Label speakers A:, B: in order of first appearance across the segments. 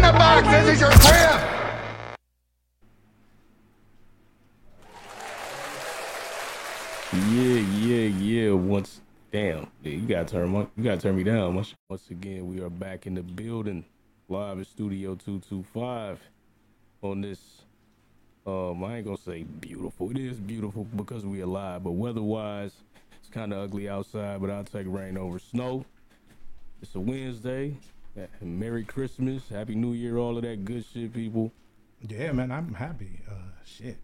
A: This is your crib!
B: Yeah, yeah, yeah. Once damn, yeah, you gotta turn my, you gotta turn me down. Once, once again, we are back in the building, live in Studio Two Two Five, on this. Um, I ain't gonna say beautiful. It is beautiful because we alive, but weather-wise, it's kind of ugly outside. But I'll take rain over snow. It's a Wednesday. Uh, Merry Christmas, Happy New Year, all of that good shit, people.
C: Yeah, man, I'm happy. Uh, shit,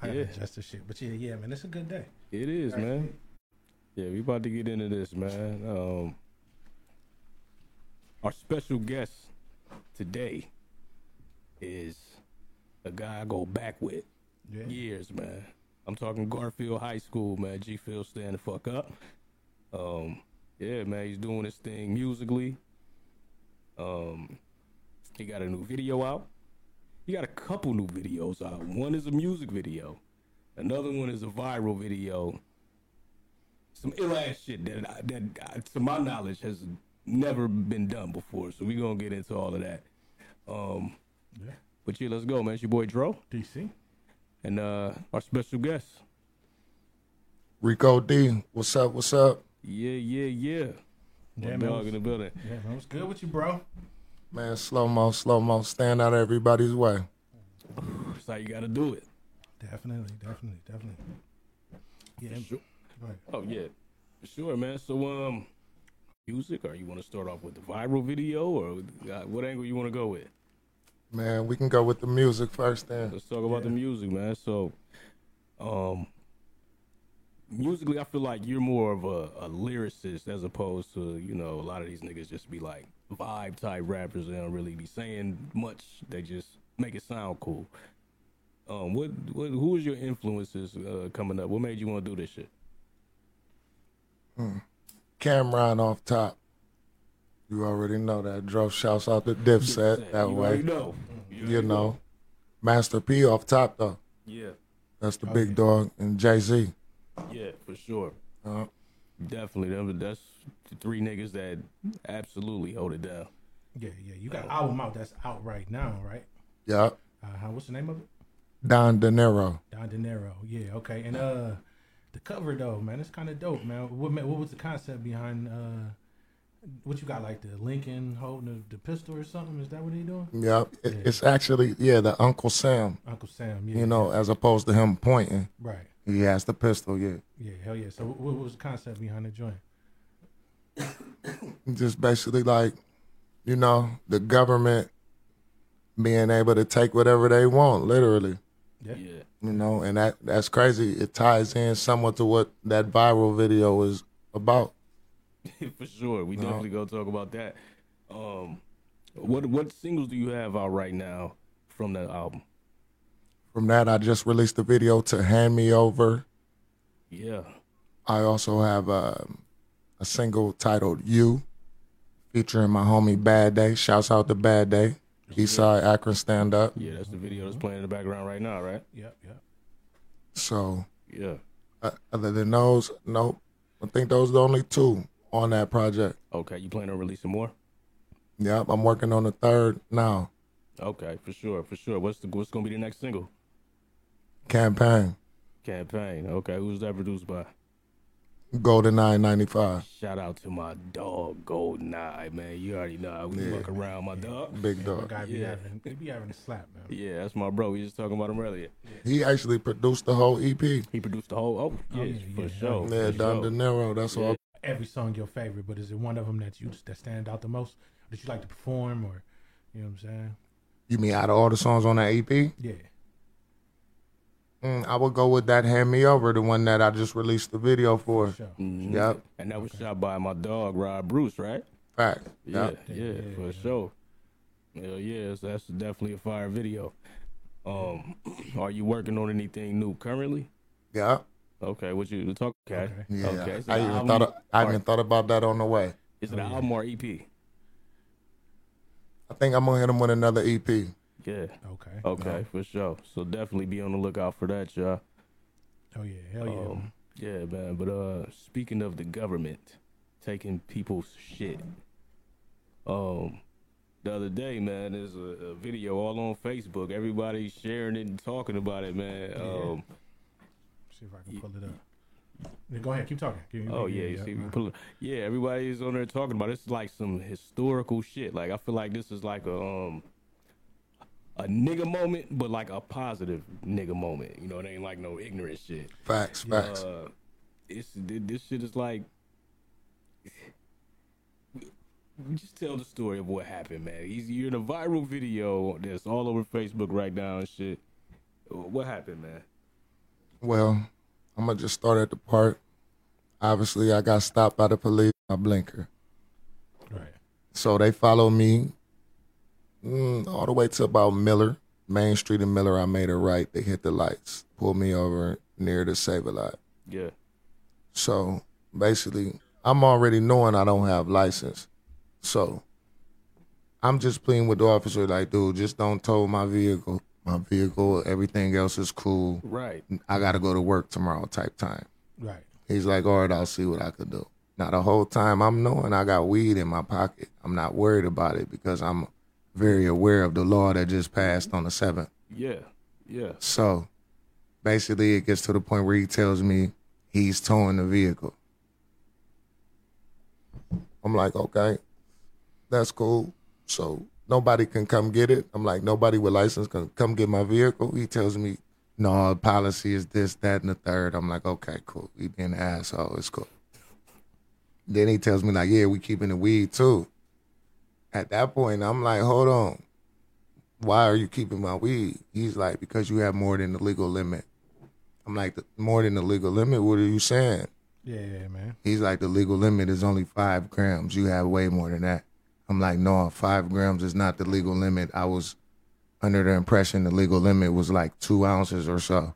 C: I gotta
B: Yeah.
C: adjust this shit, but yeah, yeah, man, it's a good day.
B: It is, man. Yeah, we about to get into this, man. Um, our special guest today is a guy I go back with
C: Yeah,
B: years, man. I'm talking Garfield High School, man. G Phil, stand the fuck up. Um, yeah, man, he's doing his thing musically. Um, he got a new video out. He got a couple new videos out. One is a music video. Another one is a viral video. Some ill ass shit that I, that I, to my knowledge has never been done before. So we gonna get into all of that. Um,
C: yeah.
B: but yeah, let's go, man. It's your boy Dro
C: DC.
B: and uh our special guest.
A: Rico D, what's up? What's up?
B: Yeah, yeah, yeah.
C: Yeah,
B: My
C: man,
B: dog
C: what's-
B: in the building.
C: Yeah, man, what's good with you, bro?
A: Man, slow mo, slow mo, stand out of everybody's way.
B: That's how you gotta do it.
C: Definitely, definitely, definitely. Yeah,
B: Sure.
C: right.
B: Oh yeah. For sure, man. So um music or you wanna start off with the viral video or uh, what angle you wanna go with?
A: Man, we can go with the music first then.
B: Let's talk about the music, man. So um musically I feel like you're more of a, a lyricist as opposed to, you know, a lot of these niggas just be like vibe type rappers. They don't really be saying much. They just make it sound cool. Um, what, what who was your influences uh, coming up? What made you want to do this shit?
A: Cameron off top. You already know that. Drove shouts out the Dipset that
B: you
A: way.
B: already know.
A: You know. Master P off top though.
B: Yeah,
A: That's the big dog and Jay Z.
B: yeah, for sure.
A: Uh,
B: Definitely. Them- That's the three niggas that absolutely hold it down.
C: Yeah, yeah, you got album out that's out right now, right?
A: yeah.
C: Uh, how- what's the name of it?
A: Don De Niro.
C: Don De Niro. Yeah, okay, and uh, the cover though, man, it's kind of dope, man. What ma- what was the concept behind uh? What you got like the Lincoln holding the, the pistol or something? Is that what they doing?
A: Yep. It, it's actually, yeah, the Uncle Sam,
C: Uncle Sam, yeah,
A: you know, as opposed to him pointing.
C: right.
A: He has the pistol, yeah.
C: Yeah, hell yeah. So, wh- what was the concept behind the joint?
A: Just basically like, you know, the government being able to take whatever they want, literally.
C: Yeah, yeah,
B: Yeah,
A: You know, and that that's crazy. It ties in somewhat to what that viral video is about.
B: for sure. We definitely gonna talk about that. Um, what what singles do you have out right now from that album?
A: From that I just released a video to Hand Me Over.
B: Yeah,
A: I also have um, a single titled You, featuring my homie Bad Day. Shouts out to Bad Day. Eastside Akron Stand Up.
B: yeah, that's the video that's playing in the background right now, right?
C: yep, yep.
A: So,
B: Yeah.
A: uh, other than those, nope. I think those are the only two on that project.
B: Okay, you plan on releasing more?
A: Yep, I'm working on the third now.
B: Okay, for sure, for sure. What's the what's gonna be the next single?
A: Campaign,
B: Campaign. Okay, who's that produced by?
A: Golden 995.
B: Shout out to my dog Golden Eye, man. You already know how we fuck around my dog.
A: Big
C: My
A: dog.
C: guy be
B: yeah.
C: having, he be having a slap, man.
B: Yeah, that's my bro. We just talking about him earlier.
A: He actually produced the whole EP. Yeah,
B: He produced the whole. Oh, yeah,
C: yeah,
B: for
C: yeah.
B: sure. for
A: Don
B: sure.
A: De Niro. That's all.
C: Every song your favorite, but is it one of them that you that stand out the most that you like to perform or, you know what I'm saying?
A: You mean out of all the songs on that EP?
C: Yeah,
A: Mm, I would go with that Hand Me Over, the one that I just released the video for.
C: for sure.
B: Mhm.
A: Yep.
B: And that was shot by my dog Rod Bruce, right?
A: Fact.
B: Yeah,
A: Yep.
B: yeah, for sure. Hell yeah, so that's definitely a fire video. Um, are you working on anything new currently?
A: Yep.
B: Okay, what you talk? Okay,
C: Okay.
A: Yeah.
B: okay. Is it
A: I
B: an
A: even
B: album
A: thought I
B: or-
A: even thought about that on the way.
B: is it an E album or EP?
A: I think I'm gonna hit him with another E EP.
B: Yeah.
C: Okay. Oh,
B: Okay, for sure. So definitely be on the lookout for that, y'all.
C: yeah, hell Oh, yeah.
B: Um,
C: man.
B: yeah, man. But uh, speaking of the government taking people's shit, um, the other day, man. There's a, a video all on Facebook. Everybody's sharing it and talking about it, man. Um,
C: See if I can pull it up. Yeah, Go ahead, keep talking. Give me-
B: Oh
C: give
B: yeah,
C: me- uh,
B: you
C: yep.
B: see, we pull it- yeah. Everybody's on there talking about it. it's like some historical shit. Like I feel like this is like a um a nigga moment, but like a positive nigga moment. You know, it ain't like no ignorant shit.
A: Facts, facts.
B: Uh, it's th- this shit is like. Just tell the story of what happened, man. He's, you're in a viral video that's all over Facebook right now and shit. What happened, man?
A: Well, I'm gonna just start at the part. Obviously, I got stopped by the police. My blinker,
C: Right.
A: so they follow me mm, all the way to about Miller Main Street in Miller. I made a right. They hit the lights, pulled me over near the Save a Lot.
B: Yeah,
A: So basically, I'm already knowing I don't have license. So I'm just pleading with the officer, like, dude, just don't tow my vehicle. My vehicle, everything else is cool.
B: right.
A: I gotta go to work tomorrow, type time.
C: Right.
A: He's like, all right, I'll see what I could do. Now the whole time I'm knowing I got weed in my pocket. I'm not worried about it because I'm very aware of the law that just passed on the seventh.
B: Yeah, yeah.
A: So basically, it gets to the point where he tells me he's towing the vehicle. I'm like, okay, that's cool. So nobody can come get it. I'm like, nobody with license can come get my vehicle. He tells me, no, the policy is this, that, and the third. I'm like, okay, cool. He being an asshole. It's cool. Then he tells me, like, yeah, we keeping the weed too. At that point, I'm like, hold on why are you keeping my weed? He's like, because you have more than the legal limit. I'm like, "The- more than the legal limit? What are you saying?
C: Yeah, yeah, man.
A: He's like, the legal limit is only five grams. You have way more than that. I'm like, no, five grams is not the legal limit. I was under the impression the legal limit was like two ounces or so.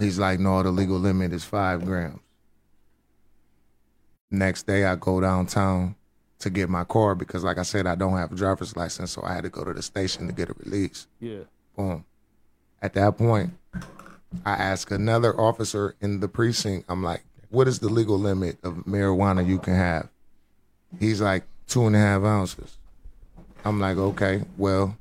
A: He's like, no, the legal limit is five grams. Next day, I go downtown to get my car because, like I said, I don't have a driver's license, so I had to go to the station to get a release.
B: Yeah.
A: Boom. At that point, I ask another officer in the precinct, I'm like, what is the legal limit of marijuana you can have? He's like, two and a half ounces. I'm like, okay, well,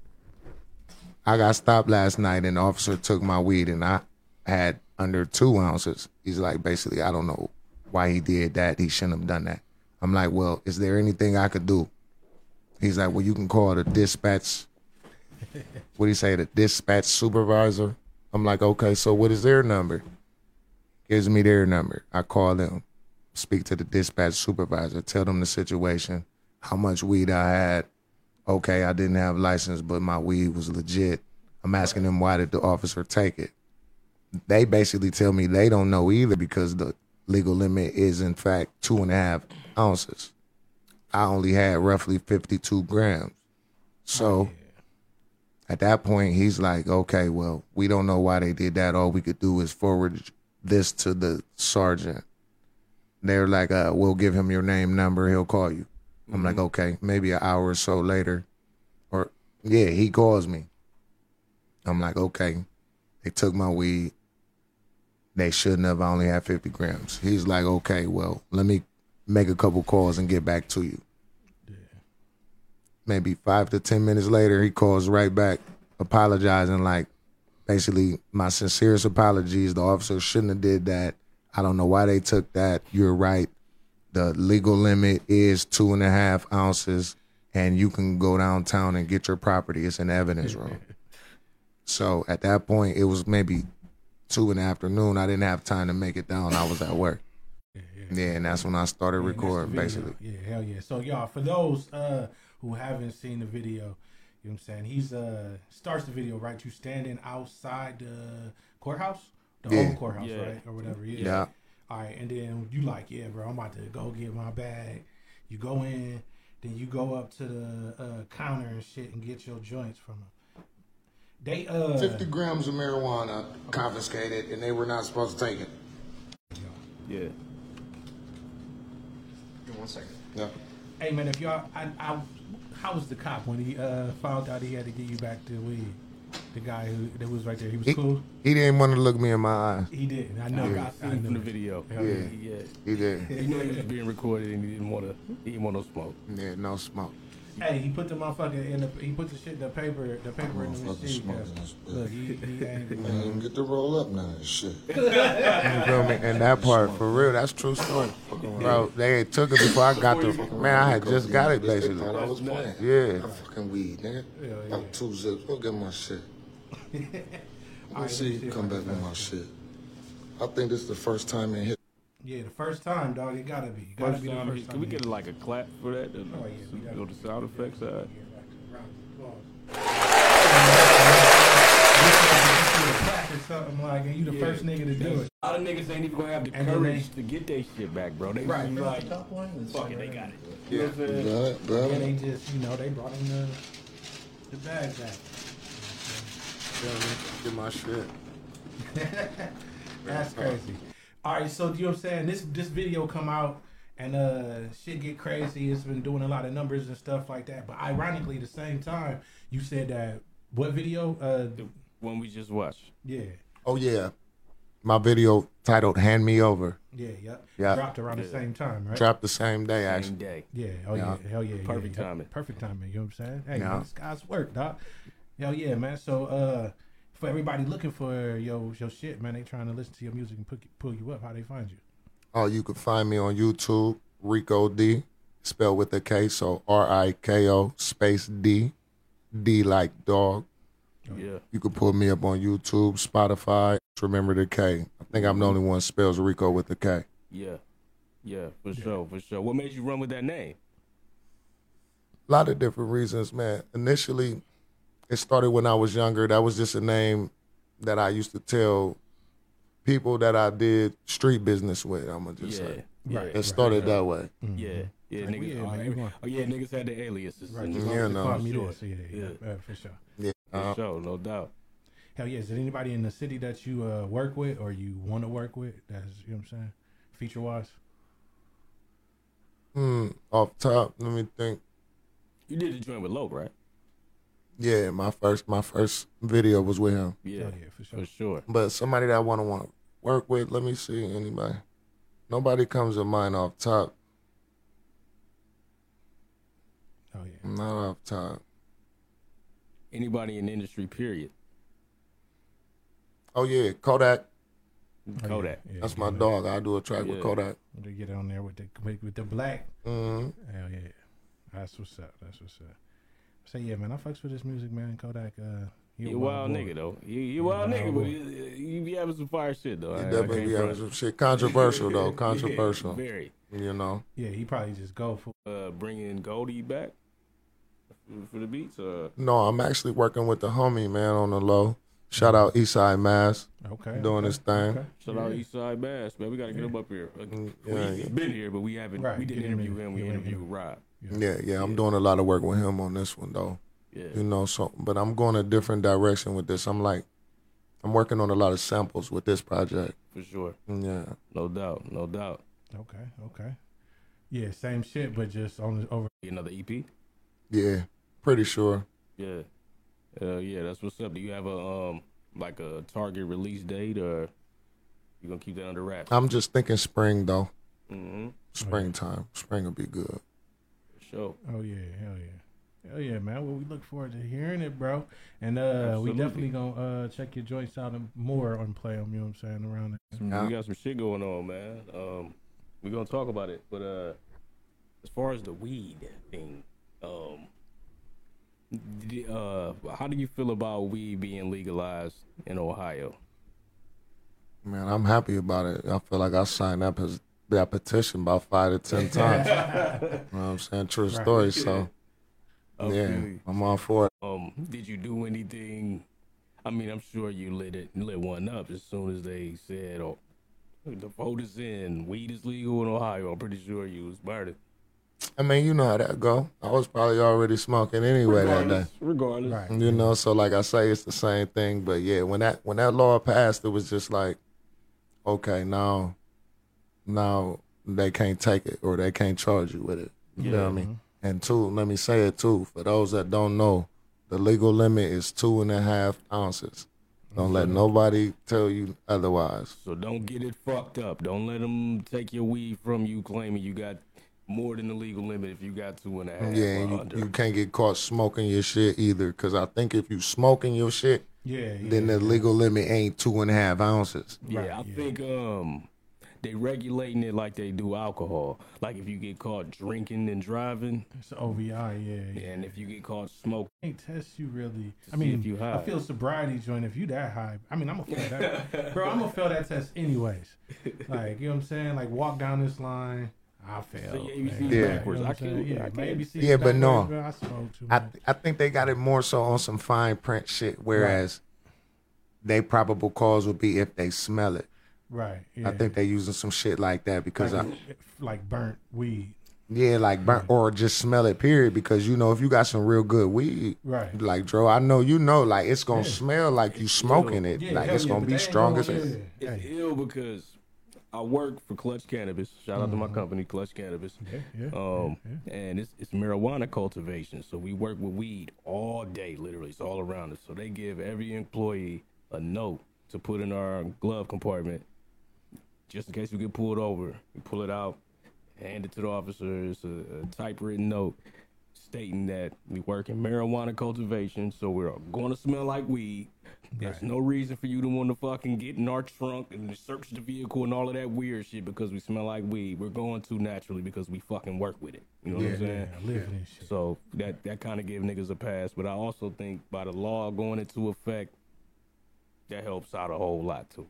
A: I got stopped last night and the officer took my weed and I had under two ounces. He's like, basically, I don't know why he did that. He shouldn't have done that. I'm like, well, is there anything I could do? He's like, well, you can call the dispatch what do you say, the dispatch supervisor? I'm like, okay, so what is their number? Gives me their number. I call them, speak to the dispatch supervisor, tell them the situation, how much weed I had. Okay, I didn't have license, but my weed was legit. I'm asking them why did the officer take it? They basically tell me they don't know either because the legal limit is in fact two and a half ounces. I only had roughly fifty two grams. So at that point, he's like, okay, well, we don't know why they did that. All we could do is forward this to the sergeant. They're like, uh, we'll give him your name, number, he'll call you. I'm like, okay, maybe an hour or so later. Or, yeah, he calls me. I'm like, okay, they took my weed. They shouldn't have. I only had 50 grams. He's like, okay, well, let me make a couple calls and get back to you maybe five to ten minutes later, he calls right back, apologizing like, basically, my sincerest apologies. The officer shouldn't have did that. I don't know why they took that. You're right. The legal limit is two and a half ounces, and you can go downtown and get your property. It's in the evidence room. So at that point, it was maybe two in the afternoon. I didn't have time to make it down. I was at work. Yeah, and that's when I started
C: And that's the
A: recording,
C: video.
A: basically.
C: Yeah, hell yeah. So y'all, for those uh who haven't seen the video, you know what I'm saying? He's uh starts the video, right? You standing outside the courthouse, the
A: Yeah.
C: old courthouse,
B: Yeah.
C: right? Or whatever. Yeah.
A: Yeah.
C: All right, and then you like, yeah, bro, I'm about to go get my bag. You go in, then you go up to the uh, counter and shit and get your joints from them. They uh
A: 50 grams of marijuana confiscated and they were not supposed to take it.
B: Yeah.
D: One second.
A: Yeah.
C: Hey man, if y'all, I, I, how was the cop when he uh found out he had to get you back to weed? The guy who that was right there, he was
A: He,
C: cool.
A: he didn't want to look me in my eyes.
C: He did. I know.
B: I
C: I,
B: seen it
C: know.
B: from the video.
C: Yeah.
A: Yeah.
B: Yeah.
A: He did.
B: You know he was being recorded and he didn't want to. He didn't want no smoke.
A: Yeah, no smoke.
C: Hey, he put the motherfucker in the. He put the shit, the paper, the paper in the
D: Motherfucker
C: machine.
D: smoking
C: yeah.
D: this bitch.
C: Look, he, he angry.
D: Man, even get the roll up now and shit.
A: You feel me? And that part, for real, that's true story. Bro, they had took it before I got the. Man, I had just got it,
D: Bitch, they thought
A: basically.
D: I was playing.
A: Yeah.
D: I'm fucking weed, nigga.
C: Hell yeah.
D: I'm two zips. Go get my shit. Let me see you come back with my shit. I think this is the first time in history.
C: Yeah, the first time, dog. It gotta be. It gotta
B: First
C: be the
B: time,
C: first time.
B: can we
C: he-
B: get like a clap for that? The,
C: Oh, yeah, we got
B: you know,
C: it.
B: the sound effects side.
C: Yeah, right. Round of applause. Or something like, and you the first nigga to do it.
B: A lot of niggas ain't even gonna have the
C: And then
B: courage to get their shit back, bro. They
C: Right.
B: right. like, fuck it, they got it. You know what I'm saying?
D: Blood, blood.
C: And they just, you know, they brought in the the bag back.
A: Get my shit.
C: That's crazy. All right, so you know what I'm saying? This this video come out and uh shit get crazy. It's been doing a lot of numbers and stuff like that. But ironically, the same time, you said that what video? Uh,
B: The one we just watched.
C: yeah,
A: Oh, yeah. My video titled Hand Me Over
C: yeah, yep.
A: Yeah.
C: Dropped around the same time, right?
A: dropped the same day,
B: Same
A: actually.
B: day.
C: Yeah, oh yeah,
A: Yeah.
C: hell yeah, yeah,
B: Perfect
C: yeah.
B: timing.
C: perfect timing. You know what I'm saying? Hey,
A: Yeah.
C: man, this guy's work, doc. Hell yeah, man. So, uh, for everybody looking for your your shit, man, they trying to listen to your music and put, pull you up. How they find you?
A: Oh, you can find me on YouTube, Rico D, spelled with a K, so R I K O space D, D like dog.
B: Yeah.
A: You can pull me up on YouTube, Spotify. Remember the K. I think I'm the only one spells Rico with the K.
B: Yeah. Yeah, for sure, for sure. What made you run with that name?
A: A lot of different reasons, man. Initially, it started when I was younger. That was just a name that I used to tell people that I did street business with. I'm gonna just
B: Yeah.
A: say
B: Yeah.
A: it started that way.
B: Yeah. Yeah,
C: Like,
B: niggas.
C: yeah,
B: oh,
C: man,
B: every-
C: you-
B: oh, yeah, niggas had the aliases. Mm-hmm.
C: Right,
B: and-
C: just
A: Yeah,
C: always
A: no.
C: call me
B: Yeah.
C: this. Yeah, yeah, yeah, for sure.
A: Yeah.
B: For sure, no doubt.
C: Hell yeah. Is there anybody in the city that you uh, work with or you want to work with? That's you know what I'm saying. Feature wise,
A: Hmm. Off top, let me think.
B: You did the joint with Loke, right?
A: Yeah, my first my first video was with him.
B: Yeah.
C: hell yeah, for sure.
B: For sure.
A: But somebody that I want to want to work with, let me see anybody. Nobody comes to mind off top.
C: Oh yeah.
A: Not off top.
B: Anybody in the industry, period.
A: Oh yeah, Kodak.
B: Kodak.
C: Yeah,
A: That's
C: get
A: my
C: it-
A: dog. I do a track with
B: Yeah.
A: Kodak.
C: They get on there with the with, with the black
A: hmm
C: Hell yeah. That's what's up. That's what's up. So yeah, man, I fucks with this music, man. Kodak, uh,
B: You
C: a
B: a wild
C: boy.
B: nigga though. You you a wild
C: wild
B: nigga,
C: boy.
B: but you, you be having some fire shit though. I- I
A: He
B: can't
A: definitely be having
B: front.
A: some shit controversial though.
B: Yeah,
A: Controversial.
B: very.
A: You know.
C: Yeah, he probably just go for.
B: Uh, bringing Goldie back for- for the beats. Uh,
A: No, I'm actually working with the homie man on the low. Shout out
B: Mm-hmm.
A: Eastside Mass
C: Okay.
A: doing
C: okay,
A: his thing.
C: okay.
B: shout out Eastside Bass, man. We gotta get him up here. Like,
A: Mm,
B: well,
A: yeah,
B: he's
A: yeah.
B: been here, but we haven't.
C: Right,
B: We didn't
C: get him
B: interview
C: in.
B: him. We
C: Get him in.
B: interviewed Rob.
A: Yeah, yeah. I'm doing a lot of work with him on this one though.
B: Yeah.
A: You know, so but I'm going a different direction with this. I'm like, I'm working on a lot of samples with this project.
B: for sure.
A: Yeah.
B: No doubt. No doubt.
C: Okay. Okay. Yeah, same shit, but just on the over.
B: Another EP.
A: Yeah. Pretty sure.
B: Yeah. Uh, yeah, that's what's up. Do you have a um like a target release date or you gonna keep that under wraps?
A: I'm just thinking spring though.
B: Mm-hmm.
A: Springtime. Spring will be good.
B: Sure.
C: Oh yeah, hell yeah, hell yeah, man. Well, we look forward to hearing it, bro. And uh,
B: Absolutely.
C: we definitely gonna uh check your joints out and more on play 'em, You know what I'm saying? Around it.
B: Some-
A: Yeah.
B: We got some shit going on, man. Um, we're gonna talk about it, but uh, as far as the weed thing, um, d- uh, how do you feel about weed being legalized in Ohio?
A: Man, I'm happy about it. I feel like I signed up his, that petition about five to ten times. you know what I'm saying? True
C: Right.
A: story. So yeah,
B: Okay.
A: I'm all for it.
B: Um, did you do anything? I mean, I'm sure you lit it, lit one up as soon as they said, "Oh, the vote is in, weed is legal in Ohio." I'm pretty sure you was burning.
A: I mean, you know how that go. I was probably already smoking anyway that day.
B: Regardless, regardless.
C: Right.
A: You know, so like I say, it's the same thing. But yeah, when that when that law passed, it was just like, okay, now, now they can't take it or they can't charge you with it. You know what I mean? And two, let me say it too. For those that don't know, the legal limit is two and a half ounces. Don't let nobody tell you otherwise.
B: So don't get it fucked up. Don't let them take your weed from you, claiming you got more than the legal limit if you got two and a half.
A: Yeah,
B: or
A: and
B: under.
A: you, you can't get caught smoking your shit either. Cause I think if you smoking your shit,
C: Yeah, yeah.
A: then the legal limit ain't two and a half ounces.
B: yeah, I think um they regulating it like they do alcohol. Like if you get caught drinking and driving,
C: it's OVI. Yeah, yeah.
B: and if you get caught smoking,
C: Can't test you really.
B: see
C: I mean,
B: if you
C: I
B: high.
C: feel sobriety joint. If you that high, I mean, I'm gonna fail that, bro. I'm gonna fail that test anyways. Like you know what I'm saying? Like walk down this line, I fail.
B: So your ABC
C: man.
B: is
A: Yeah.
B: backwards. I
C: what I'm
B: can't-
C: saying?
B: I
C: Yeah,
B: can't-
C: my ABC is
A: Yeah, but no.
C: backwards, bro. I smoke too
A: I
C: much.
A: th- I think they got it more so on some fine print shit, whereas they probable cause would be if they smell it.
C: right. Yeah.
A: I think they using some shit like that because I
C: like burnt weed.
A: yeah like burn, or just smell it period because you know if you got some real good weed
C: Right.
A: like Dro I know you know like it's gonna smell like you smoking it
C: Yeah,
A: like
C: hell
A: it's
C: yeah,
A: gonna
C: but
A: be
C: they ain't
A: strong
C: gonna-
A: as
C: yeah.
A: it.
B: it's ill because I work for Clutch Cannabis. Shout out to my company, Clutch Cannabis.
C: Mm-hmm. yeah,
B: um, and it's it's marijuana cultivation, so we work with weed all day, literally. It's all around us. So they give every employee a note to put in our glove compartment, just in case we get pulled over. We pull it out, hand it to the officer. It's a, a typewritten note stating that we work in marijuana cultivation, so we're going to smell like weed. There's no reason for you to want to fucking get in our trunk and search the vehicle and all of that weird shit because we smell like weed. We're going to naturally because we fucking work with it. You know what I'm saying?
C: Yeah, living and shit.
B: So that that kind of gave niggas a pass, but I also think by the law going into effect, that helps out a whole lot too.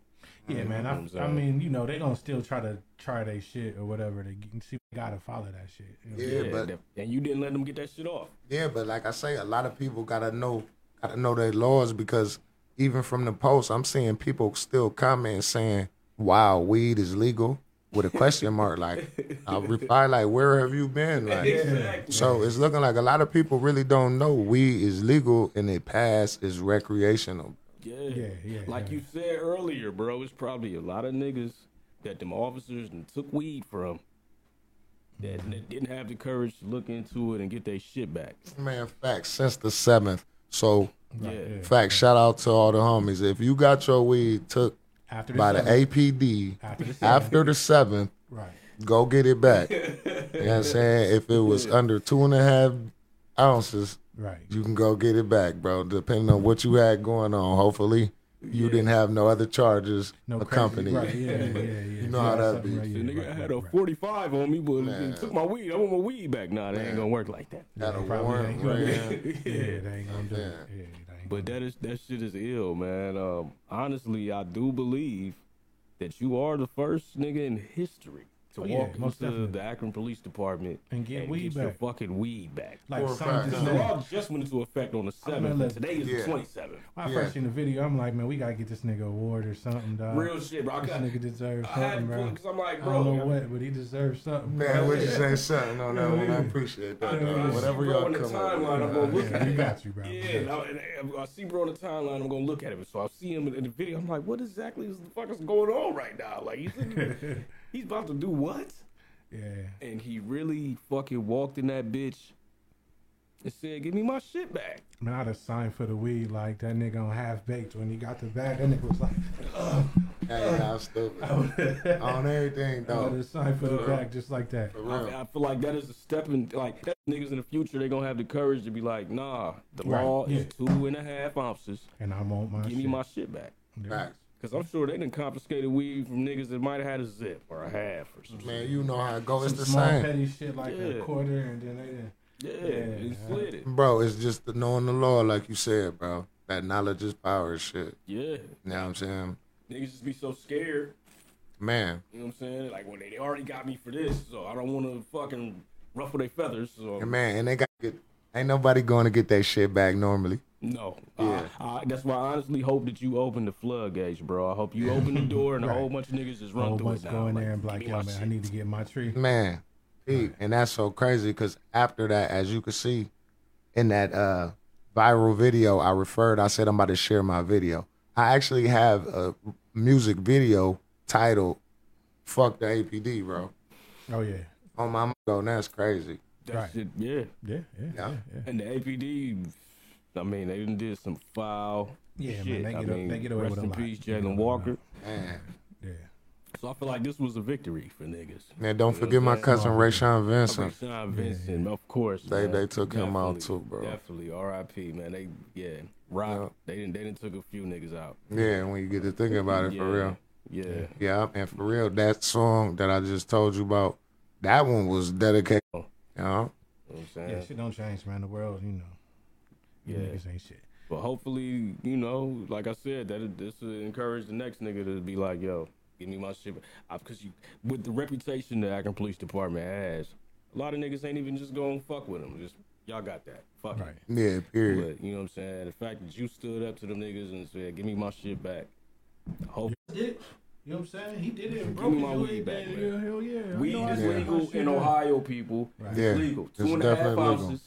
C: Yeah, man.
B: what I'm
C: I, I
B: saying?
C: mean, you know, they gonna still try to try their shit or whatever. They you can see they gotta follow that shit. You know?
A: Yeah, but
B: that- and you didn't let them get that shit off.
A: Yeah, but like I say, a lot of people gotta know gotta know their laws because even from the post, I'm seeing people still comment saying, "Wow, weed is legal." With a question mark, like I reply, like, "Where have you been?" Like, so it's looking like a lot of people really don't know weed is legal and it passed is recreational.
B: Yeah.
C: Yeah, yeah,
B: Like
C: yeah.
B: you said earlier, bro, it's probably a lot of niggas that them officers done took weed from that,
C: Mm-hmm.
B: that didn't have the courage to look into it and get their shit back.
A: Man, fact since the seventh. So,
B: yeah.
A: fact, shout out to all the homies. If you got your weed took
C: After the
A: by the
C: seventh. Ah,
A: APD
C: After the seventh.
A: after the seventh.
C: right.
A: go get it back. you know what I'm saying? If it was under two and a half ounces,
C: Right.
A: you can go get it back, bro. Depending on what you had going on, hopefully you didn't have no other charges
C: No crazy-
A: accompanying.
C: Right. Yeah, yeah, yeah. You
A: know how that be.
B: The nigga I had a 45 on me, but it took my weed. I want my weed back. Nah, that ain't gonna work like that.
A: Got a
C: Probably
A: warrant,
C: ain't gonna-
A: man.
C: Yeah, they ain't gonna do it. Yeah, they ain't
B: But that is that shit is ill, man. Um, honestly, I do believe that you are the first nigga in history to
C: Oh, yeah,
B: walk
C: most
B: into
C: definitely.
B: the Akron Police Department
C: And get weed
B: your
C: back.
B: fucking weed back.
C: like
A: for a
C: some
A: fact,
C: just
B: The
C: now.
B: law just went into effect on the
C: gonna let-
B: seventh. Today is
A: Yeah.
B: the twenty seventh.
C: When I
A: Yeah.
C: first seen the video, I'm like, man, we gotta get this nigga an award or something, dog.
B: Real shit, bro. I
C: This
B: got.
C: nigga deserves
B: I had to
C: something, bro.
B: because I'm like,
C: I don't know
B: bro.
C: what, but he deserves something. bro.
A: Man, we just say something on that one. I appreciate that.
B: I
A: dog.
B: see
A: Whatever
B: bro
A: y'all
B: on
A: come
B: the
A: up with.
B: timeline, I'm gonna look
C: Yeah,
B: at
C: we
B: it.
C: got you, bro. We
B: Yeah,
C: got
B: and I, and I- I see bro on the timeline. I'm gonna look at him. So I see him in the video. I'm like, what exactly is the fuck is going on right now? Like he's he's about to do what?
C: you. Yeah.
B: And he really fucking walked in that bitch and said, "Give me my shit back."
C: Man, I'd have signed for the weed like that nigga on half baked when he got the bag. That nigga was like,
A: Hey, I'm stupid. on everything,
C: I'd
A: though.
C: have signed for the bag just like that.
A: For
B: I,
A: real.
B: I feel like that is a stepping like that niggas in the future they're gonna have the courage to be like, nah, the
C: Right,
B: law
C: yeah.
B: is two and a half ounces.
C: And I want my
B: Give
C: shit.
B: me my shit back.
A: Facts.
B: Cause I'm sure they done confiscated weed from niggas that might have had a zip or a half or some shit.
A: Man, you know how it goes. It's the
C: small
A: same.
C: petty shit like a
B: Yeah.
C: quarter, and then they didn't.
B: Yeah, they slid it.
A: Bro, it's just the knowing the law, like you said, bro. That knowledge is power and shit.
B: Yeah.
A: You know what I'm saying?
B: Niggas just be so scared.
A: Man,
B: You know what I'm saying? Like, well, they, they already got me for this, so I don't want to fucking ruffle their feathers. So
A: And man, and they got good. Ain't nobody going to get that shit back normally.
B: no,
A: Yeah.
B: I, I, that's why I honestly hope that you open the floodgates, bro. I hope you open the door and a whole bunch of niggas just
C: A
B: run
C: whole
B: through
C: bunch
B: it now.
C: go in
B: Like,
C: there and be
B: give
C: like,
B: me
C: yo,
B: my
C: man, I
B: shit.
C: need to get my tree.
A: Man, Pete, and that's so crazy because after that, as you can see in that uh viral video I referred, I said I'm about to share my video. I actually have a music video titled Fuck the APD, bro.
C: Oh, yeah.
A: On my go, and that's crazy.
B: That
C: Right.
B: shit, yeah.
C: Yeah, yeah, yeah. yeah.
B: And the APD, I mean, they done did some foul
C: Yeah, man,
B: shit.
C: they
B: I
C: get a-
B: mean,
C: they get away
B: rest
C: with a
B: in
C: lot.
B: peace,
C: They get away
B: Jalen
C: with a
B: Walker.
C: lot.
A: Man.
C: Yeah.
B: So I feel like this was a victory for niggas.
A: Now don't forget my cousin Rayshawn Vincent.
B: Sean Vincent, of course.
A: They-
B: man.
A: they took him out
B: Definitely,
A: too, bro.
B: Definitely, R.I.P. Man, they yeah, rock. They didn't they didn't took a few niggas out.
A: Yeah, when you get to thinking about it
B: yeah.
A: for real.
B: Yeah.
A: Yeah, and for real, that song that I just told you about, that one was dedicated. You know?
B: You know what I'm
C: Yeah,
B: saying?
C: shit don't change, man. The world, you know,
B: Yeah.
C: niggas ain't shit.
B: But hopefully, you know, like I said, that this will encourage the next nigga to be like, yo, give me my shit. Because you, with the reputation the Akron Police Department has, a lot of niggas ain't even just going to fuck with them. Just y'all got that. Fuck right.
A: Yeah, period.
B: But you know what I'm saying? The fact that you stood up to them niggas and said, give me my shit back. Hope
C: Did it. You know what I'm saying? He did it. and
B: Give me
C: broke
B: my
C: it,
B: weed
C: he
B: back,
C: did
B: man.
C: it. Hell yeah.
B: weed
C: You know, I
B: is
C: said my
B: legal
C: shit,
B: in
C: yeah.
B: Ohio, people. It's
A: Yeah,
B: legal.
A: it's
B: Two and a half
A: definitely legal.
B: ounces.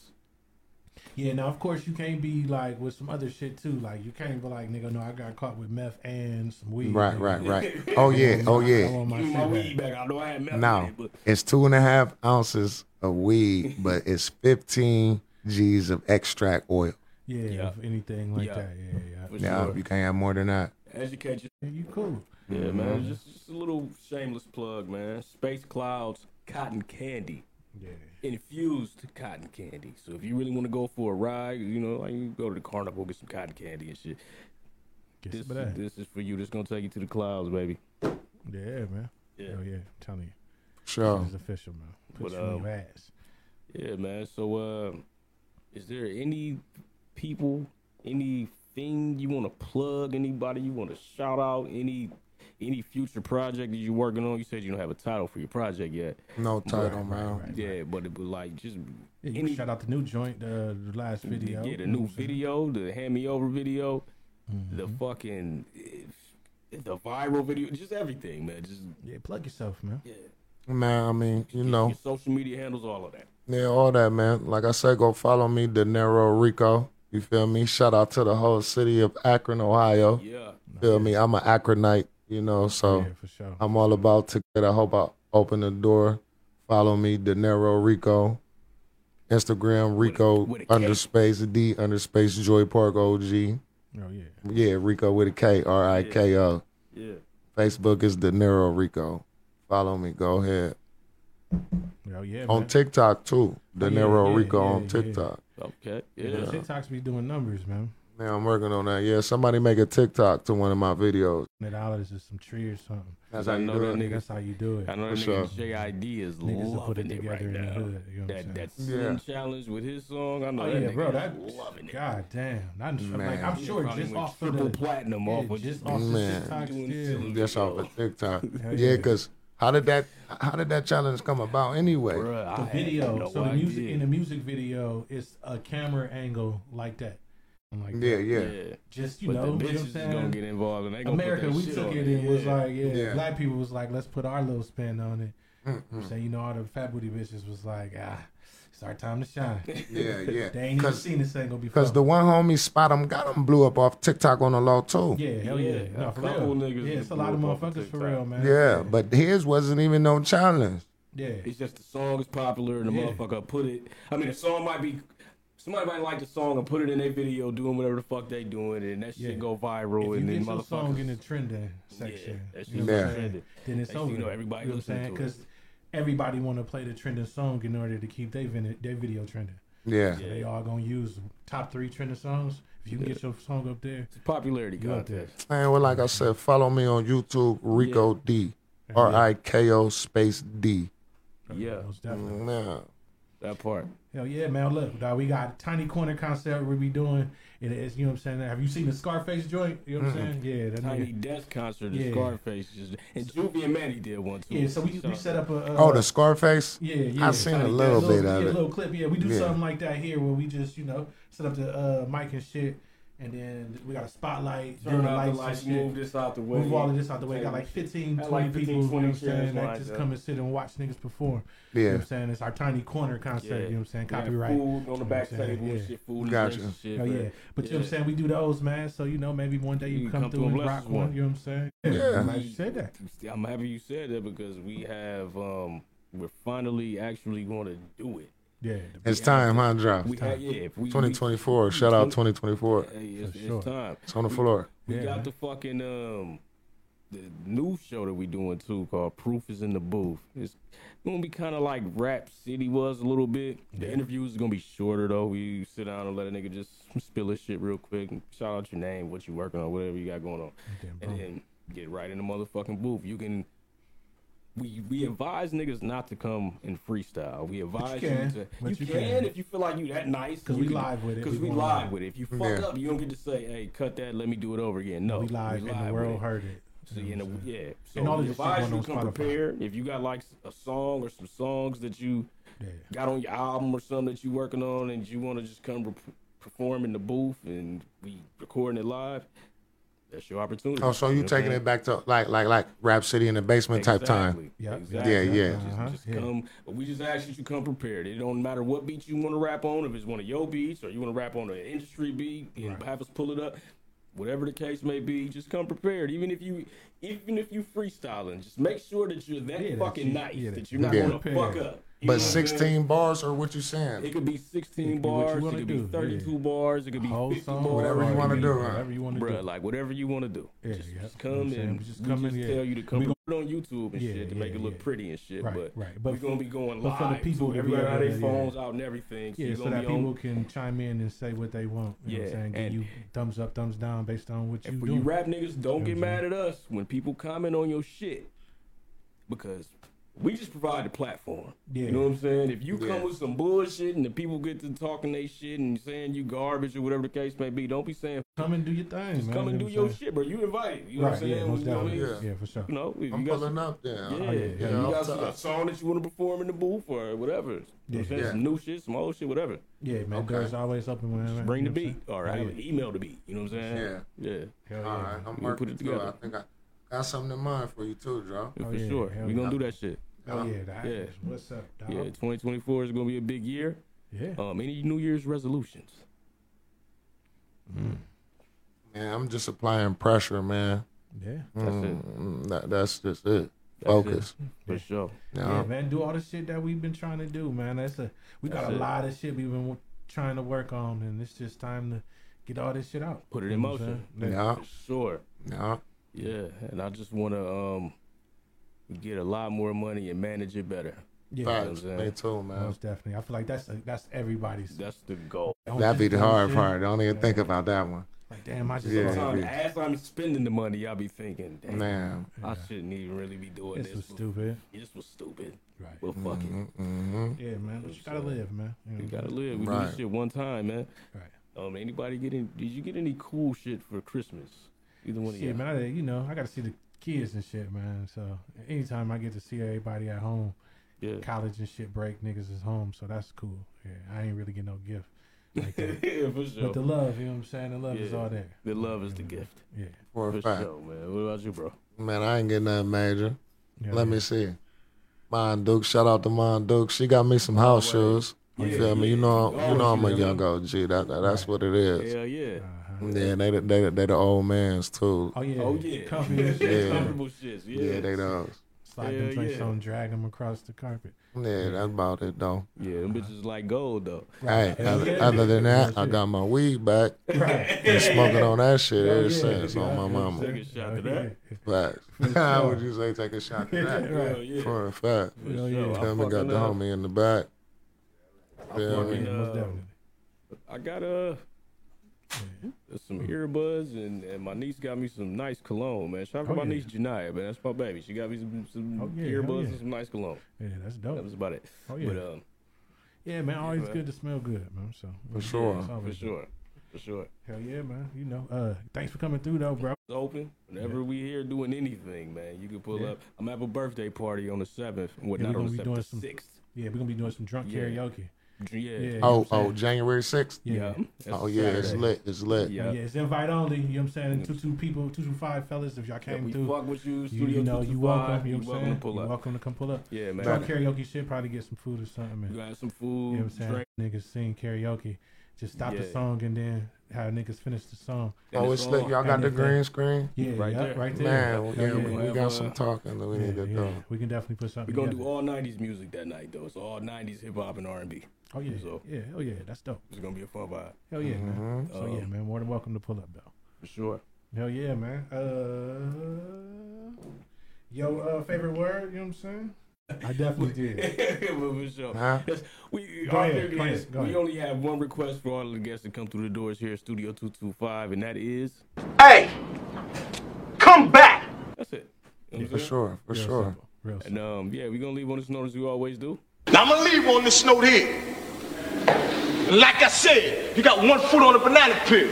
C: Yeah, now of course you can't be like with some other shit too. Like you can't be like, nigga, no, I got caught with meth and some weed.
A: Right,
C: nigga.
A: right, right. Oh yeah, oh
C: I
A: yeah.
C: want my
B: Give me my
C: shit back.
B: weed back. I know I had meth in
A: Now
B: it, but
A: it's two and a half ounces of weed, but it's fifteen G's of extract oil.
C: Yeah,
B: Yeah.
C: if anything like
B: Yeah.
C: that. Yeah, yeah.
B: for
A: Now
B: sure.
A: you can't have more than that.
B: Educate your
C: Yeah, you cool.
B: Yeah, man. Just, just a little shameless plug, man. Space Clouds Cotton Candy.
C: Yeah.
B: Infused cotton candy. So if you really want to go for a ride, you know, like you go to the carnival, get some cotton candy and shit.
C: Get
B: This,
C: some of that.
B: this is for you. This gonna take you to the clouds, baby.
C: Yeah, man.
B: Yeah.
C: Hell yeah. Telling you.
A: Sure.
C: It's official, man. Put
B: But,
C: you on
B: um,
C: your ass.
B: Yeah, man. So uh, is there any people, anything you want to plug? Anybody you want to shout out? Any any future project that you're working on? You said you don't have a title for your project yet.
A: No title,
C: Right,
A: man.
C: right.
B: Yeah, but it was like just
C: Yeah, you
B: any
C: can shout out the new joint, uh, the last video.
B: Yeah, the
C: you know
B: new
C: what I'm saying? Mm-hmm.
B: video, the hand me over video, the fucking eh, the viral video, just everything, man. Just
C: Yeah, plug yourself, man.
B: yeah.
A: Man, I mean, you
B: Your
C: Oh.
A: know,
B: social media handles all of that.
A: yeah, all that, man. Like I said, go follow me, De Niro Rico. You feel me? Shout out to the whole city of Akron, Ohio.
B: Yeah.
A: Feel me? I'm an Akronite, you know, so
C: Yeah, for sure.
A: I'm all about to get. I hope I open the door. Follow me, De Niro Rico. Instagram Rico
B: with a K.
A: under space D under space Joy Park OG.
C: Oh yeah.
A: Yeah, Rico with a K R I K O.
B: Yeah.
A: Facebook is De Niro Rico. Follow me. Go ahead
C: Oh yeah.
A: on
C: man.
A: TikTok too. De
C: Oh, yeah,
A: Niro
C: yeah,
A: Rico
C: yeah,
A: on
C: yeah.
A: TikTok.
B: Okay.
C: Yeah,
B: Yeah.
C: TikToks be doing numbers, man.
A: Man, I'm working on that. Yeah, somebody make a TikTok to one of my videos.
C: That dollars is some tree or something.
A: That's
B: I
A: how you
B: know
A: do
B: that
A: it.
B: Niggas-
C: That's how you do it.
B: I know that
A: For sure.
B: nigga JID is
C: Niggas will put it
B: loving it
C: together
B: right
C: in the
B: now.
C: hood. You know what I'm
B: that
C: saying?
B: that Slim
A: Yeah.
B: challenge with his song, I know
C: Oh
B: that
C: yeah,
B: nigga
C: bro.
B: is
C: That
B: loving it.
C: God damn. Not, like
A: Man.
C: I'm
B: He
C: sure
B: probably
C: just
B: went
C: off of
B: triple
C: the
B: platinum off
C: yeah,
B: of
C: just
B: just
C: off the
A: Man.
C: TikToks. Yeah.
A: Just off of TikTok. yeah,
C: yeah.
A: because how did that how did that challenge come about anyway?
B: Bruh,
C: The
B: I had
C: video.
B: no
C: so the music
B: idea.
C: in the music video is a camera angle like that. I'm like,
A: Yeah, yeah.
B: yeah.
C: just you
B: But
C: know,
B: the bitches
C: you know what I'm
B: is gonna
C: saying?
B: get involved and they gonna
C: America,
B: put that
C: we
B: shit
C: took
B: on
C: it and was like, yeah,
A: Yeah. Mm-hmm.
C: black people was like, let's put our little spin on it. So you know, all the fat booty bitches was like, ah, it's our time to shine.
A: Yeah, yeah.
C: they ain't even
A: Cause,
C: seen this thing gonna be
A: Cause the one homie spot him got him blew up off TikTok on the low too.
C: yeah, hell yeah,
B: Yeah,
C: no,
B: a
C: for
B: couple
C: real.
B: niggas
C: yeah, it's a lot of
B: blew up off
C: motherfuckers for
B: TikTok.
C: real, man.
A: Yeah, but his wasn't even no challenge.
C: yeah,
B: It's just the song is popular and the
C: Yeah.
B: motherfucker put it. I mean, the song might be somebody might like the song and put it in their video, doing whatever the fuck they doing, and that
C: Yeah.
B: shit go
C: If
B: viral.
C: you
B: and
C: get
B: then
C: your song in
B: motherfuckers.
C: the trending section,
B: that shit
C: you know what I'm
A: is
C: saying,
B: trending.
C: then it's
B: Next thing
C: over.
B: you know, everybody
C: you know what I'm
B: listening
C: saying?
B: to it.
C: Because everybody want to play the trending song in order to keep their, vin- their video trending.
A: Yeah.
C: So they all gonna use top three trending songs. If you can get your song up there,
B: It's a popularity
C: You up
B: contest.
A: Man, well, like I said, follow me on YouTube, Rico D. R I K O space D.
B: Yeah,
C: most definitely.
A: Yeah.
B: that part.
A: Mm-hmm.
C: Hell yeah, man! Look, dog, we got tiny corner concept we be doing. It is, you know what I'm saying. Have you seen the Scarface joint? You know what
A: Mm-hmm.
C: I'm saying? Yeah, that
B: Tiny
C: nigga.
B: Death concert,
C: Yeah.
B: the Scarface just and Juvie and Manny did one too.
C: Yeah, so we, we set up a. Uh,
A: Oh, the Scarface?
C: Yeah, yeah.
A: I seen a
C: Tiny
A: little
C: Desk,
A: bit
C: yeah,
A: of
C: A
A: it.
C: little clip. Yeah, we do
A: Yeah.
C: something like that here where we just, you know, set up the uh, mic and shit, and then we got a spotlight,
B: turn
C: different
B: out the
C: lights
B: lights,
C: and shit.
B: move this out the way.
C: Move all of this out the way. Got like 15, 20
B: Had like
C: people,
B: 15,
C: you know what I'm
B: 20 chairs
C: saying? That
B: lined
C: just
B: up.
C: come and sit and watch niggas perform. You know
A: Yeah.
C: what I'm saying? It's our tiny corner concept,
B: Yeah.
C: you know what I'm saying?
B: We had
C: Copyright.
B: Food on the back
C: You know what I'm saying?
B: table, and
C: Yeah.
B: shit, food, and
A: Gotcha.
B: drinks and shit,
C: Oh
B: man.
C: yeah, but you know what I'm saying. We do those, man. So you know, maybe one day you, come, through
B: and
C: and
B: bless
C: rock
B: us
C: one.
B: one.
C: You know what I'm saying?
A: Yeah.
C: Like you said that.
B: I'm happy you said that because we have um we're finally actually going to do it.
C: Yeah.
A: It's time, huh, Drop?
B: We had yeah, if we
A: 2024. Shout out 2024.
B: we- hey, it's,
C: For sure.
B: it's time.
A: It's on the floor.
B: We
C: Yeah,
B: got
C: man.
B: the fucking um the new show that we doing too called Proof is in the Booth. It's gonna be kind of like Rap City was a little bit. The interviews is gonna be shorter though. We sit down and let a nigga just spill his shit real quick and shout out your name, what you working on, whatever you got going on, and then get right in the motherfucking booth. You can. We we advise niggas not to come and freestyle. We advise you,
C: can,
B: to.
C: but
B: you
C: you
B: can,
C: can.
B: if you feel like you that nice
C: 'Cause we live with it.
B: Because
C: We
B: we
C: gonna
B: live
C: live.
B: with it. If you fuck
A: Yeah.
B: up, you don't get to say, "Hey, cut that. Let me do it over again." No,
C: We live and the
B: with
C: world
B: it.
C: heard it.
B: So you know, yeah. So
C: And all
B: we
C: this shit
B: advise
C: going
B: you
C: on
B: to come
C: Spotify.
B: prepared. If you got like a song or some songs that you got on your album or something that you working on, and you want to just come re- perform in the booth and we recording it live, that's your opportunity.
A: Oh, so you
B: know what I'm
A: taking
B: saying?
A: it back to like like like Rap City in the basement type time.
B: Exactly.
C: Yeah.
B: Exactly.
A: Yeah, yeah.
B: Just,
C: Uh-huh,
B: just
C: yeah.
B: come. But we just ask that you come prepared. It don't matter what beat you want to rap on. If it's one of your beats or you want to rap on an industry beat and have us pull it up, whatever the case may be, just come prepared. Even if you, even if you freestyling, just make sure that you're that
C: Yeah, that
B: fucking
C: you-
B: nice.
C: yeah,
B: that,
C: that
B: you're not
A: you
B: gonna
C: prepared.
B: fuck up. You know what I'm
A: But
B: saying?
A: 16 bars or what you saying?
B: It could be 16
C: be what you
B: bars. It
C: wanna
B: could
C: do,
B: be
C: yeah.
B: 32 bars. It could be 50 bars.
A: Whatever you wanna do, huh?
C: Whatever you want to do.
B: Bruh, like whatever you want to do.
C: Yeah,
B: just, just
C: yeah. You know what
B: come
C: I'm saying?
B: and
C: We
B: we
C: just
B: just,
C: come in, yeah.
B: tell you to come
C: We gon-
B: put it on YouTube and
C: Yeah,
B: shit to
C: yeah,
B: make it look
C: yeah.
B: pretty and shit.
C: Right,
B: but
C: right. But
B: we're gonna be going
C: but
B: live.
C: for the people
B: so
C: to be
B: everybody got
C: able
B: their
C: to-
B: phones out and everything. So
C: Yeah,
B: you're
C: so
B: gonna
C: that
B: be
C: people
B: on.
C: can chime in and say what they want. You know what
B: Yeah,
C: I'm saying? Give
B: and-
C: you thumbs up, thumbs down based on what you
B: And for
C: do.
B: you rap niggas, don't get
C: what I'm
B: mad at us when people comment on your shit because we just provide the platform.
C: Yeah.
B: You know what I'm saying? If you
A: Yeah.
B: come with some bullshit and the people get to talking they shit and saying you garbage or whatever the case may be, don't be saying
C: Come and do your thing, man.
B: come and
C: you
B: do
C: know
B: your
C: what I'm
B: shit, bro. You invited. You know what I'm
C: saying? Right,
B: saying?
C: yeah, most
B: You know what I mean?
C: definitely.
A: Yeah.
C: Yeah. for sure.
B: You know, if
A: I'm
B: you got
A: pulling up there.
C: Oh,
B: Yeah,
A: Yeah,
B: if
A: yeah,
B: you got
A: off
B: some,
A: top.
B: a song that you want to perform in the booth or whatever. You know what I'm saying?
A: Yeah.
B: Some new shit, some old shit, whatever.
C: Yeah, man.
A: Okay.
C: Doors always open when man.
B: Bring
C: You
B: the
C: know what I'm
B: beat or
C: Oh,
B: have
C: yeah.
B: an email the beat. You know what I'm saying? Yeah. Yeah.
C: saying? Hell
A: All
C: yeah.
A: right, I'm
B: put
A: working
B: it
A: through. I
B: together.
A: think I got something in mind for you too, Joe.
B: for
C: Oh, yeah,
B: sure.
C: hell
B: We're going to do that shit.
C: Oh, yeah. the
B: Yeah.
C: Irish. What's up, dog?
B: Yeah, 2024 is going to be a big year.
C: Yeah.
B: Um, Any New Year's resolutions?
A: Man, I'm just applying pressure, man.
C: yeah.
B: That's it.
A: Mm, that- that's just it.
B: That's it.
A: Focus.
B: For sure.
A: You
C: Yeah,
A: know?
C: man, do all the shit that we've been trying to do, man. That's a we got
B: Oh. That's
C: a
B: it.
C: lot of shit we've been w- trying to work on, and it's just time to get all this shit out.
B: Put it
C: You
B: in
C: know what I'm
B: motion.
C: saying?
A: Yeah,
B: For sure.
A: yeah.
B: Yeah. And I just want to um get a lot more money and manage it better. you
C: Yeah,
A: Facts.
B: know what I'm
A: Me
B: saying? Oh,
A: too, man.
C: most definitely. I feel like that's that's everybody's.
B: That's the goal.
A: That'd be the hard
C: shit.
A: part. Don't even think about that one.
C: Like, damn, I just
A: Yeah.
C: lost
B: Sometimes as I'm spending the money, I'll be thinking, damn.
A: Man.
B: I shouldn't even really be doing
C: This
B: this.
C: was stupid.
B: This was stupid.
C: Right.
B: Well, fuck it.
A: Mm-hmm.
C: Yeah, man. But you gotta live, man. You know
B: We
C: what
B: gotta live. We do
A: Right.
B: this shit one time, man.
C: I'm saying?
B: Um, anybody getting? Did you get any cool shit for Christmas? Either one
C: Right.
B: of
C: Shit,
B: you.
C: man. I, you know, I gotta see the kids and shit, man. So anytime I get to see everybody at home,
B: Yeah.
C: college and shit break, niggas is home, so that's cool. Yeah, I ain't really get no gift like that.
B: yeah, for sure.
C: But the
B: The,
C: love, you know what I'm saying? The love is
B: Yeah.
C: all there.
B: love is the gift.
C: Yeah.
A: For
B: For
A: a fact.
B: sure, man. What about you, bro?
A: Man, I ain't getting nothing major.
C: Yeah,
A: Let me see. Mon Duke, shout out to Mon Duke. She got me some house shoes. You
B: Yeah,
A: feel me? You
B: yeah.
A: know, you know I'm a
B: Oh,
A: young OG. That, that- that's what it is.
B: Hell yeah.
C: Uh-huh.
A: Yeah, they the- they the- they the old man's too.
C: Oh, yeah.
B: Oh yeah.
C: Comfy and shit.
A: Yeah.
B: Comfortable shits. Yeah.
A: Yeah, they those.
C: Slide
B: Hell
C: them joints
B: yeah.
C: on, drag them across the carpet.
A: Yeah, that's about it though.
B: Yeah, them bitches like gold though.
A: Hey, other, other than that, I got my weed back. Been smoking on that shit ever since on my mama.
B: Take a shot to
C: Oh, yeah.
B: that.
A: Facts. How would you say take a shot to that?
C: Right.
B: Hell yeah.
A: For a fact.
B: For
C: Hell
B: sure.
C: Oh, yeah.
B: I
A: Tell me, got
B: fucking,
A: the
B: uh,
A: homie in the back. Feel
B: fucking,
A: me?
C: Yeah, most
B: uh,
C: definitely.
B: I got uh some earbuds and, and my niece got me some nice cologne, man. Shout out to
C: Oh,
B: my
C: yeah.
B: niece Janaya, man. That's my baby. She got me some, some
C: Oh, yeah, hell
B: earbuds
C: yeah.
B: and some nice cologne.
C: Yeah, that's
B: That
C: dope.
B: was about it.
C: Oh, yeah.
B: But um,
C: yeah, man, always
B: man.
C: good to smell good, man. So
A: For sure.
C: it's
B: for
C: always good.
B: sure, for sure,
C: Hell yeah, man. You know, uh, thanks for coming through though, bro.
B: it's open. Whenever we here doing anything, man, you can pull
C: Yeah.
B: up. I'm at a birthday party on the seventh. What
C: Yeah, we
B: not on
C: gonna
B: the
C: be
B: seventh?
C: doing
B: The
C: some-
B: sixth.
C: Yeah, we're gonna be doing some drunk
B: Yeah.
C: karaoke.
B: Yeah.
C: Yeah.
B: Yeah.
A: Oh, oh, January 6th?
C: Yeah.
B: That's
A: Oh,
B: a
A: yeah, it's
B: Saturday.
A: lit. It's lit.
B: Yeah.
C: Yeah. it's invite only. You know what I'm saying? Two two people, two two five fellas. If y'all
B: Yeah,
C: came
B: we
C: through,
B: fuck with you.
C: you,
B: Studio
C: you know, you
B: 225,
C: welcome. You
B: You
C: know what I'm saying?
B: welcome to pull
C: you
B: up.
C: welcome to come pull up.
B: Yeah, man.
C: Drunk karaoke shit. Probably get some food or something.
B: You
C: Man.
B: got some
C: You know
B: food,
C: what I'm saying?
B: drink.
C: Niggas sing karaoke. Just stop the
B: Yeah.
C: song and then have niggas finish the song.
B: and
A: Oh, it's lit.
B: all-
A: Y'all got the
C: anything.
A: green screen?
C: Yeah,
B: Right
C: right
B: there.
C: there. Right there.
A: Man,
C: Yeah,
A: yeah, we-
B: yeah.
A: we got some talking that we
C: Yeah,
A: need to
C: yeah.
A: do.
C: We can definitely put something.
B: We're gonna do
C: together.
B: all '90s music that night, though. It's all '90s hip hop and R&B.
C: Oh yeah,
B: so.
C: yeah, oh yeah, that's dope.
B: It's gonna be a fun vibe
A: Mm-hmm.
C: Hell yeah, man. So yeah,
B: Um,
C: man, more than welcome to pull up though.
B: for sure.
C: Hell yeah, man. Uh, your uh, favorite word? You know what I'm saying? I definitely did.
B: Well, for sure.
A: Huh?
B: Yes, We,
C: Go
B: our
C: ahead,
B: big
C: go
B: list,
C: ahead, go
B: we
C: ahead.
B: only have one request for all of the guests to come through the doors here at Studio 225, and that is. Hey! Come back! That's it. You know what I'm
A: For
B: saying?
A: sure, for
C: Real
A: sure.
C: simple, Real simple.
B: And um, yeah, we're going to leave on this note as we always do.
E: Now I'm gonna leave on this note here. And like I said, you got one foot on the banana peel.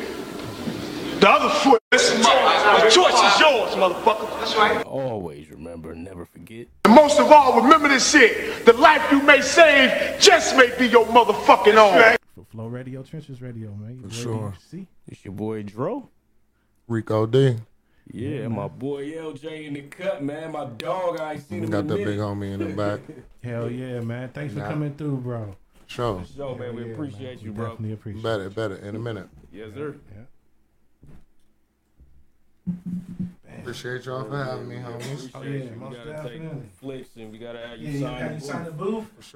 E: The other foot, this is mine. The choice is yours, motherfucker.
B: Always remember, never forget.
E: And most of all, remember this shit. The life you may save just may be your motherfucking own.
C: For Flow Radio, Trenches Radio, man. For
A: sure.
C: See?
B: It's your boy Dro.
A: Rico D.
B: Yeah, my boy LJ in the cut, man. My dog, I ain't seen him
A: Got
B: in
A: the
B: a
A: big
B: minute.
A: homie in the back.
C: Hell yeah, man. Thanks for
A: Nah.
C: coming through, bro.
A: Sure.
B: Yo, man, we
C: Yeah,
B: appreciate
C: man.
B: you,
C: We
B: bro.
C: Definitely appreciate it.
A: Better, better. In a minute.
B: Yes, sir.
A: Appreciate y'all for having me, homies.
B: Appreciate
C: Oh, yeah,
B: you. We
C: most
B: gotta take
C: definitely.
B: flips and we gotta have you
C: Yeah,
B: sign. the
C: you got to
B: book.
C: sign the booth.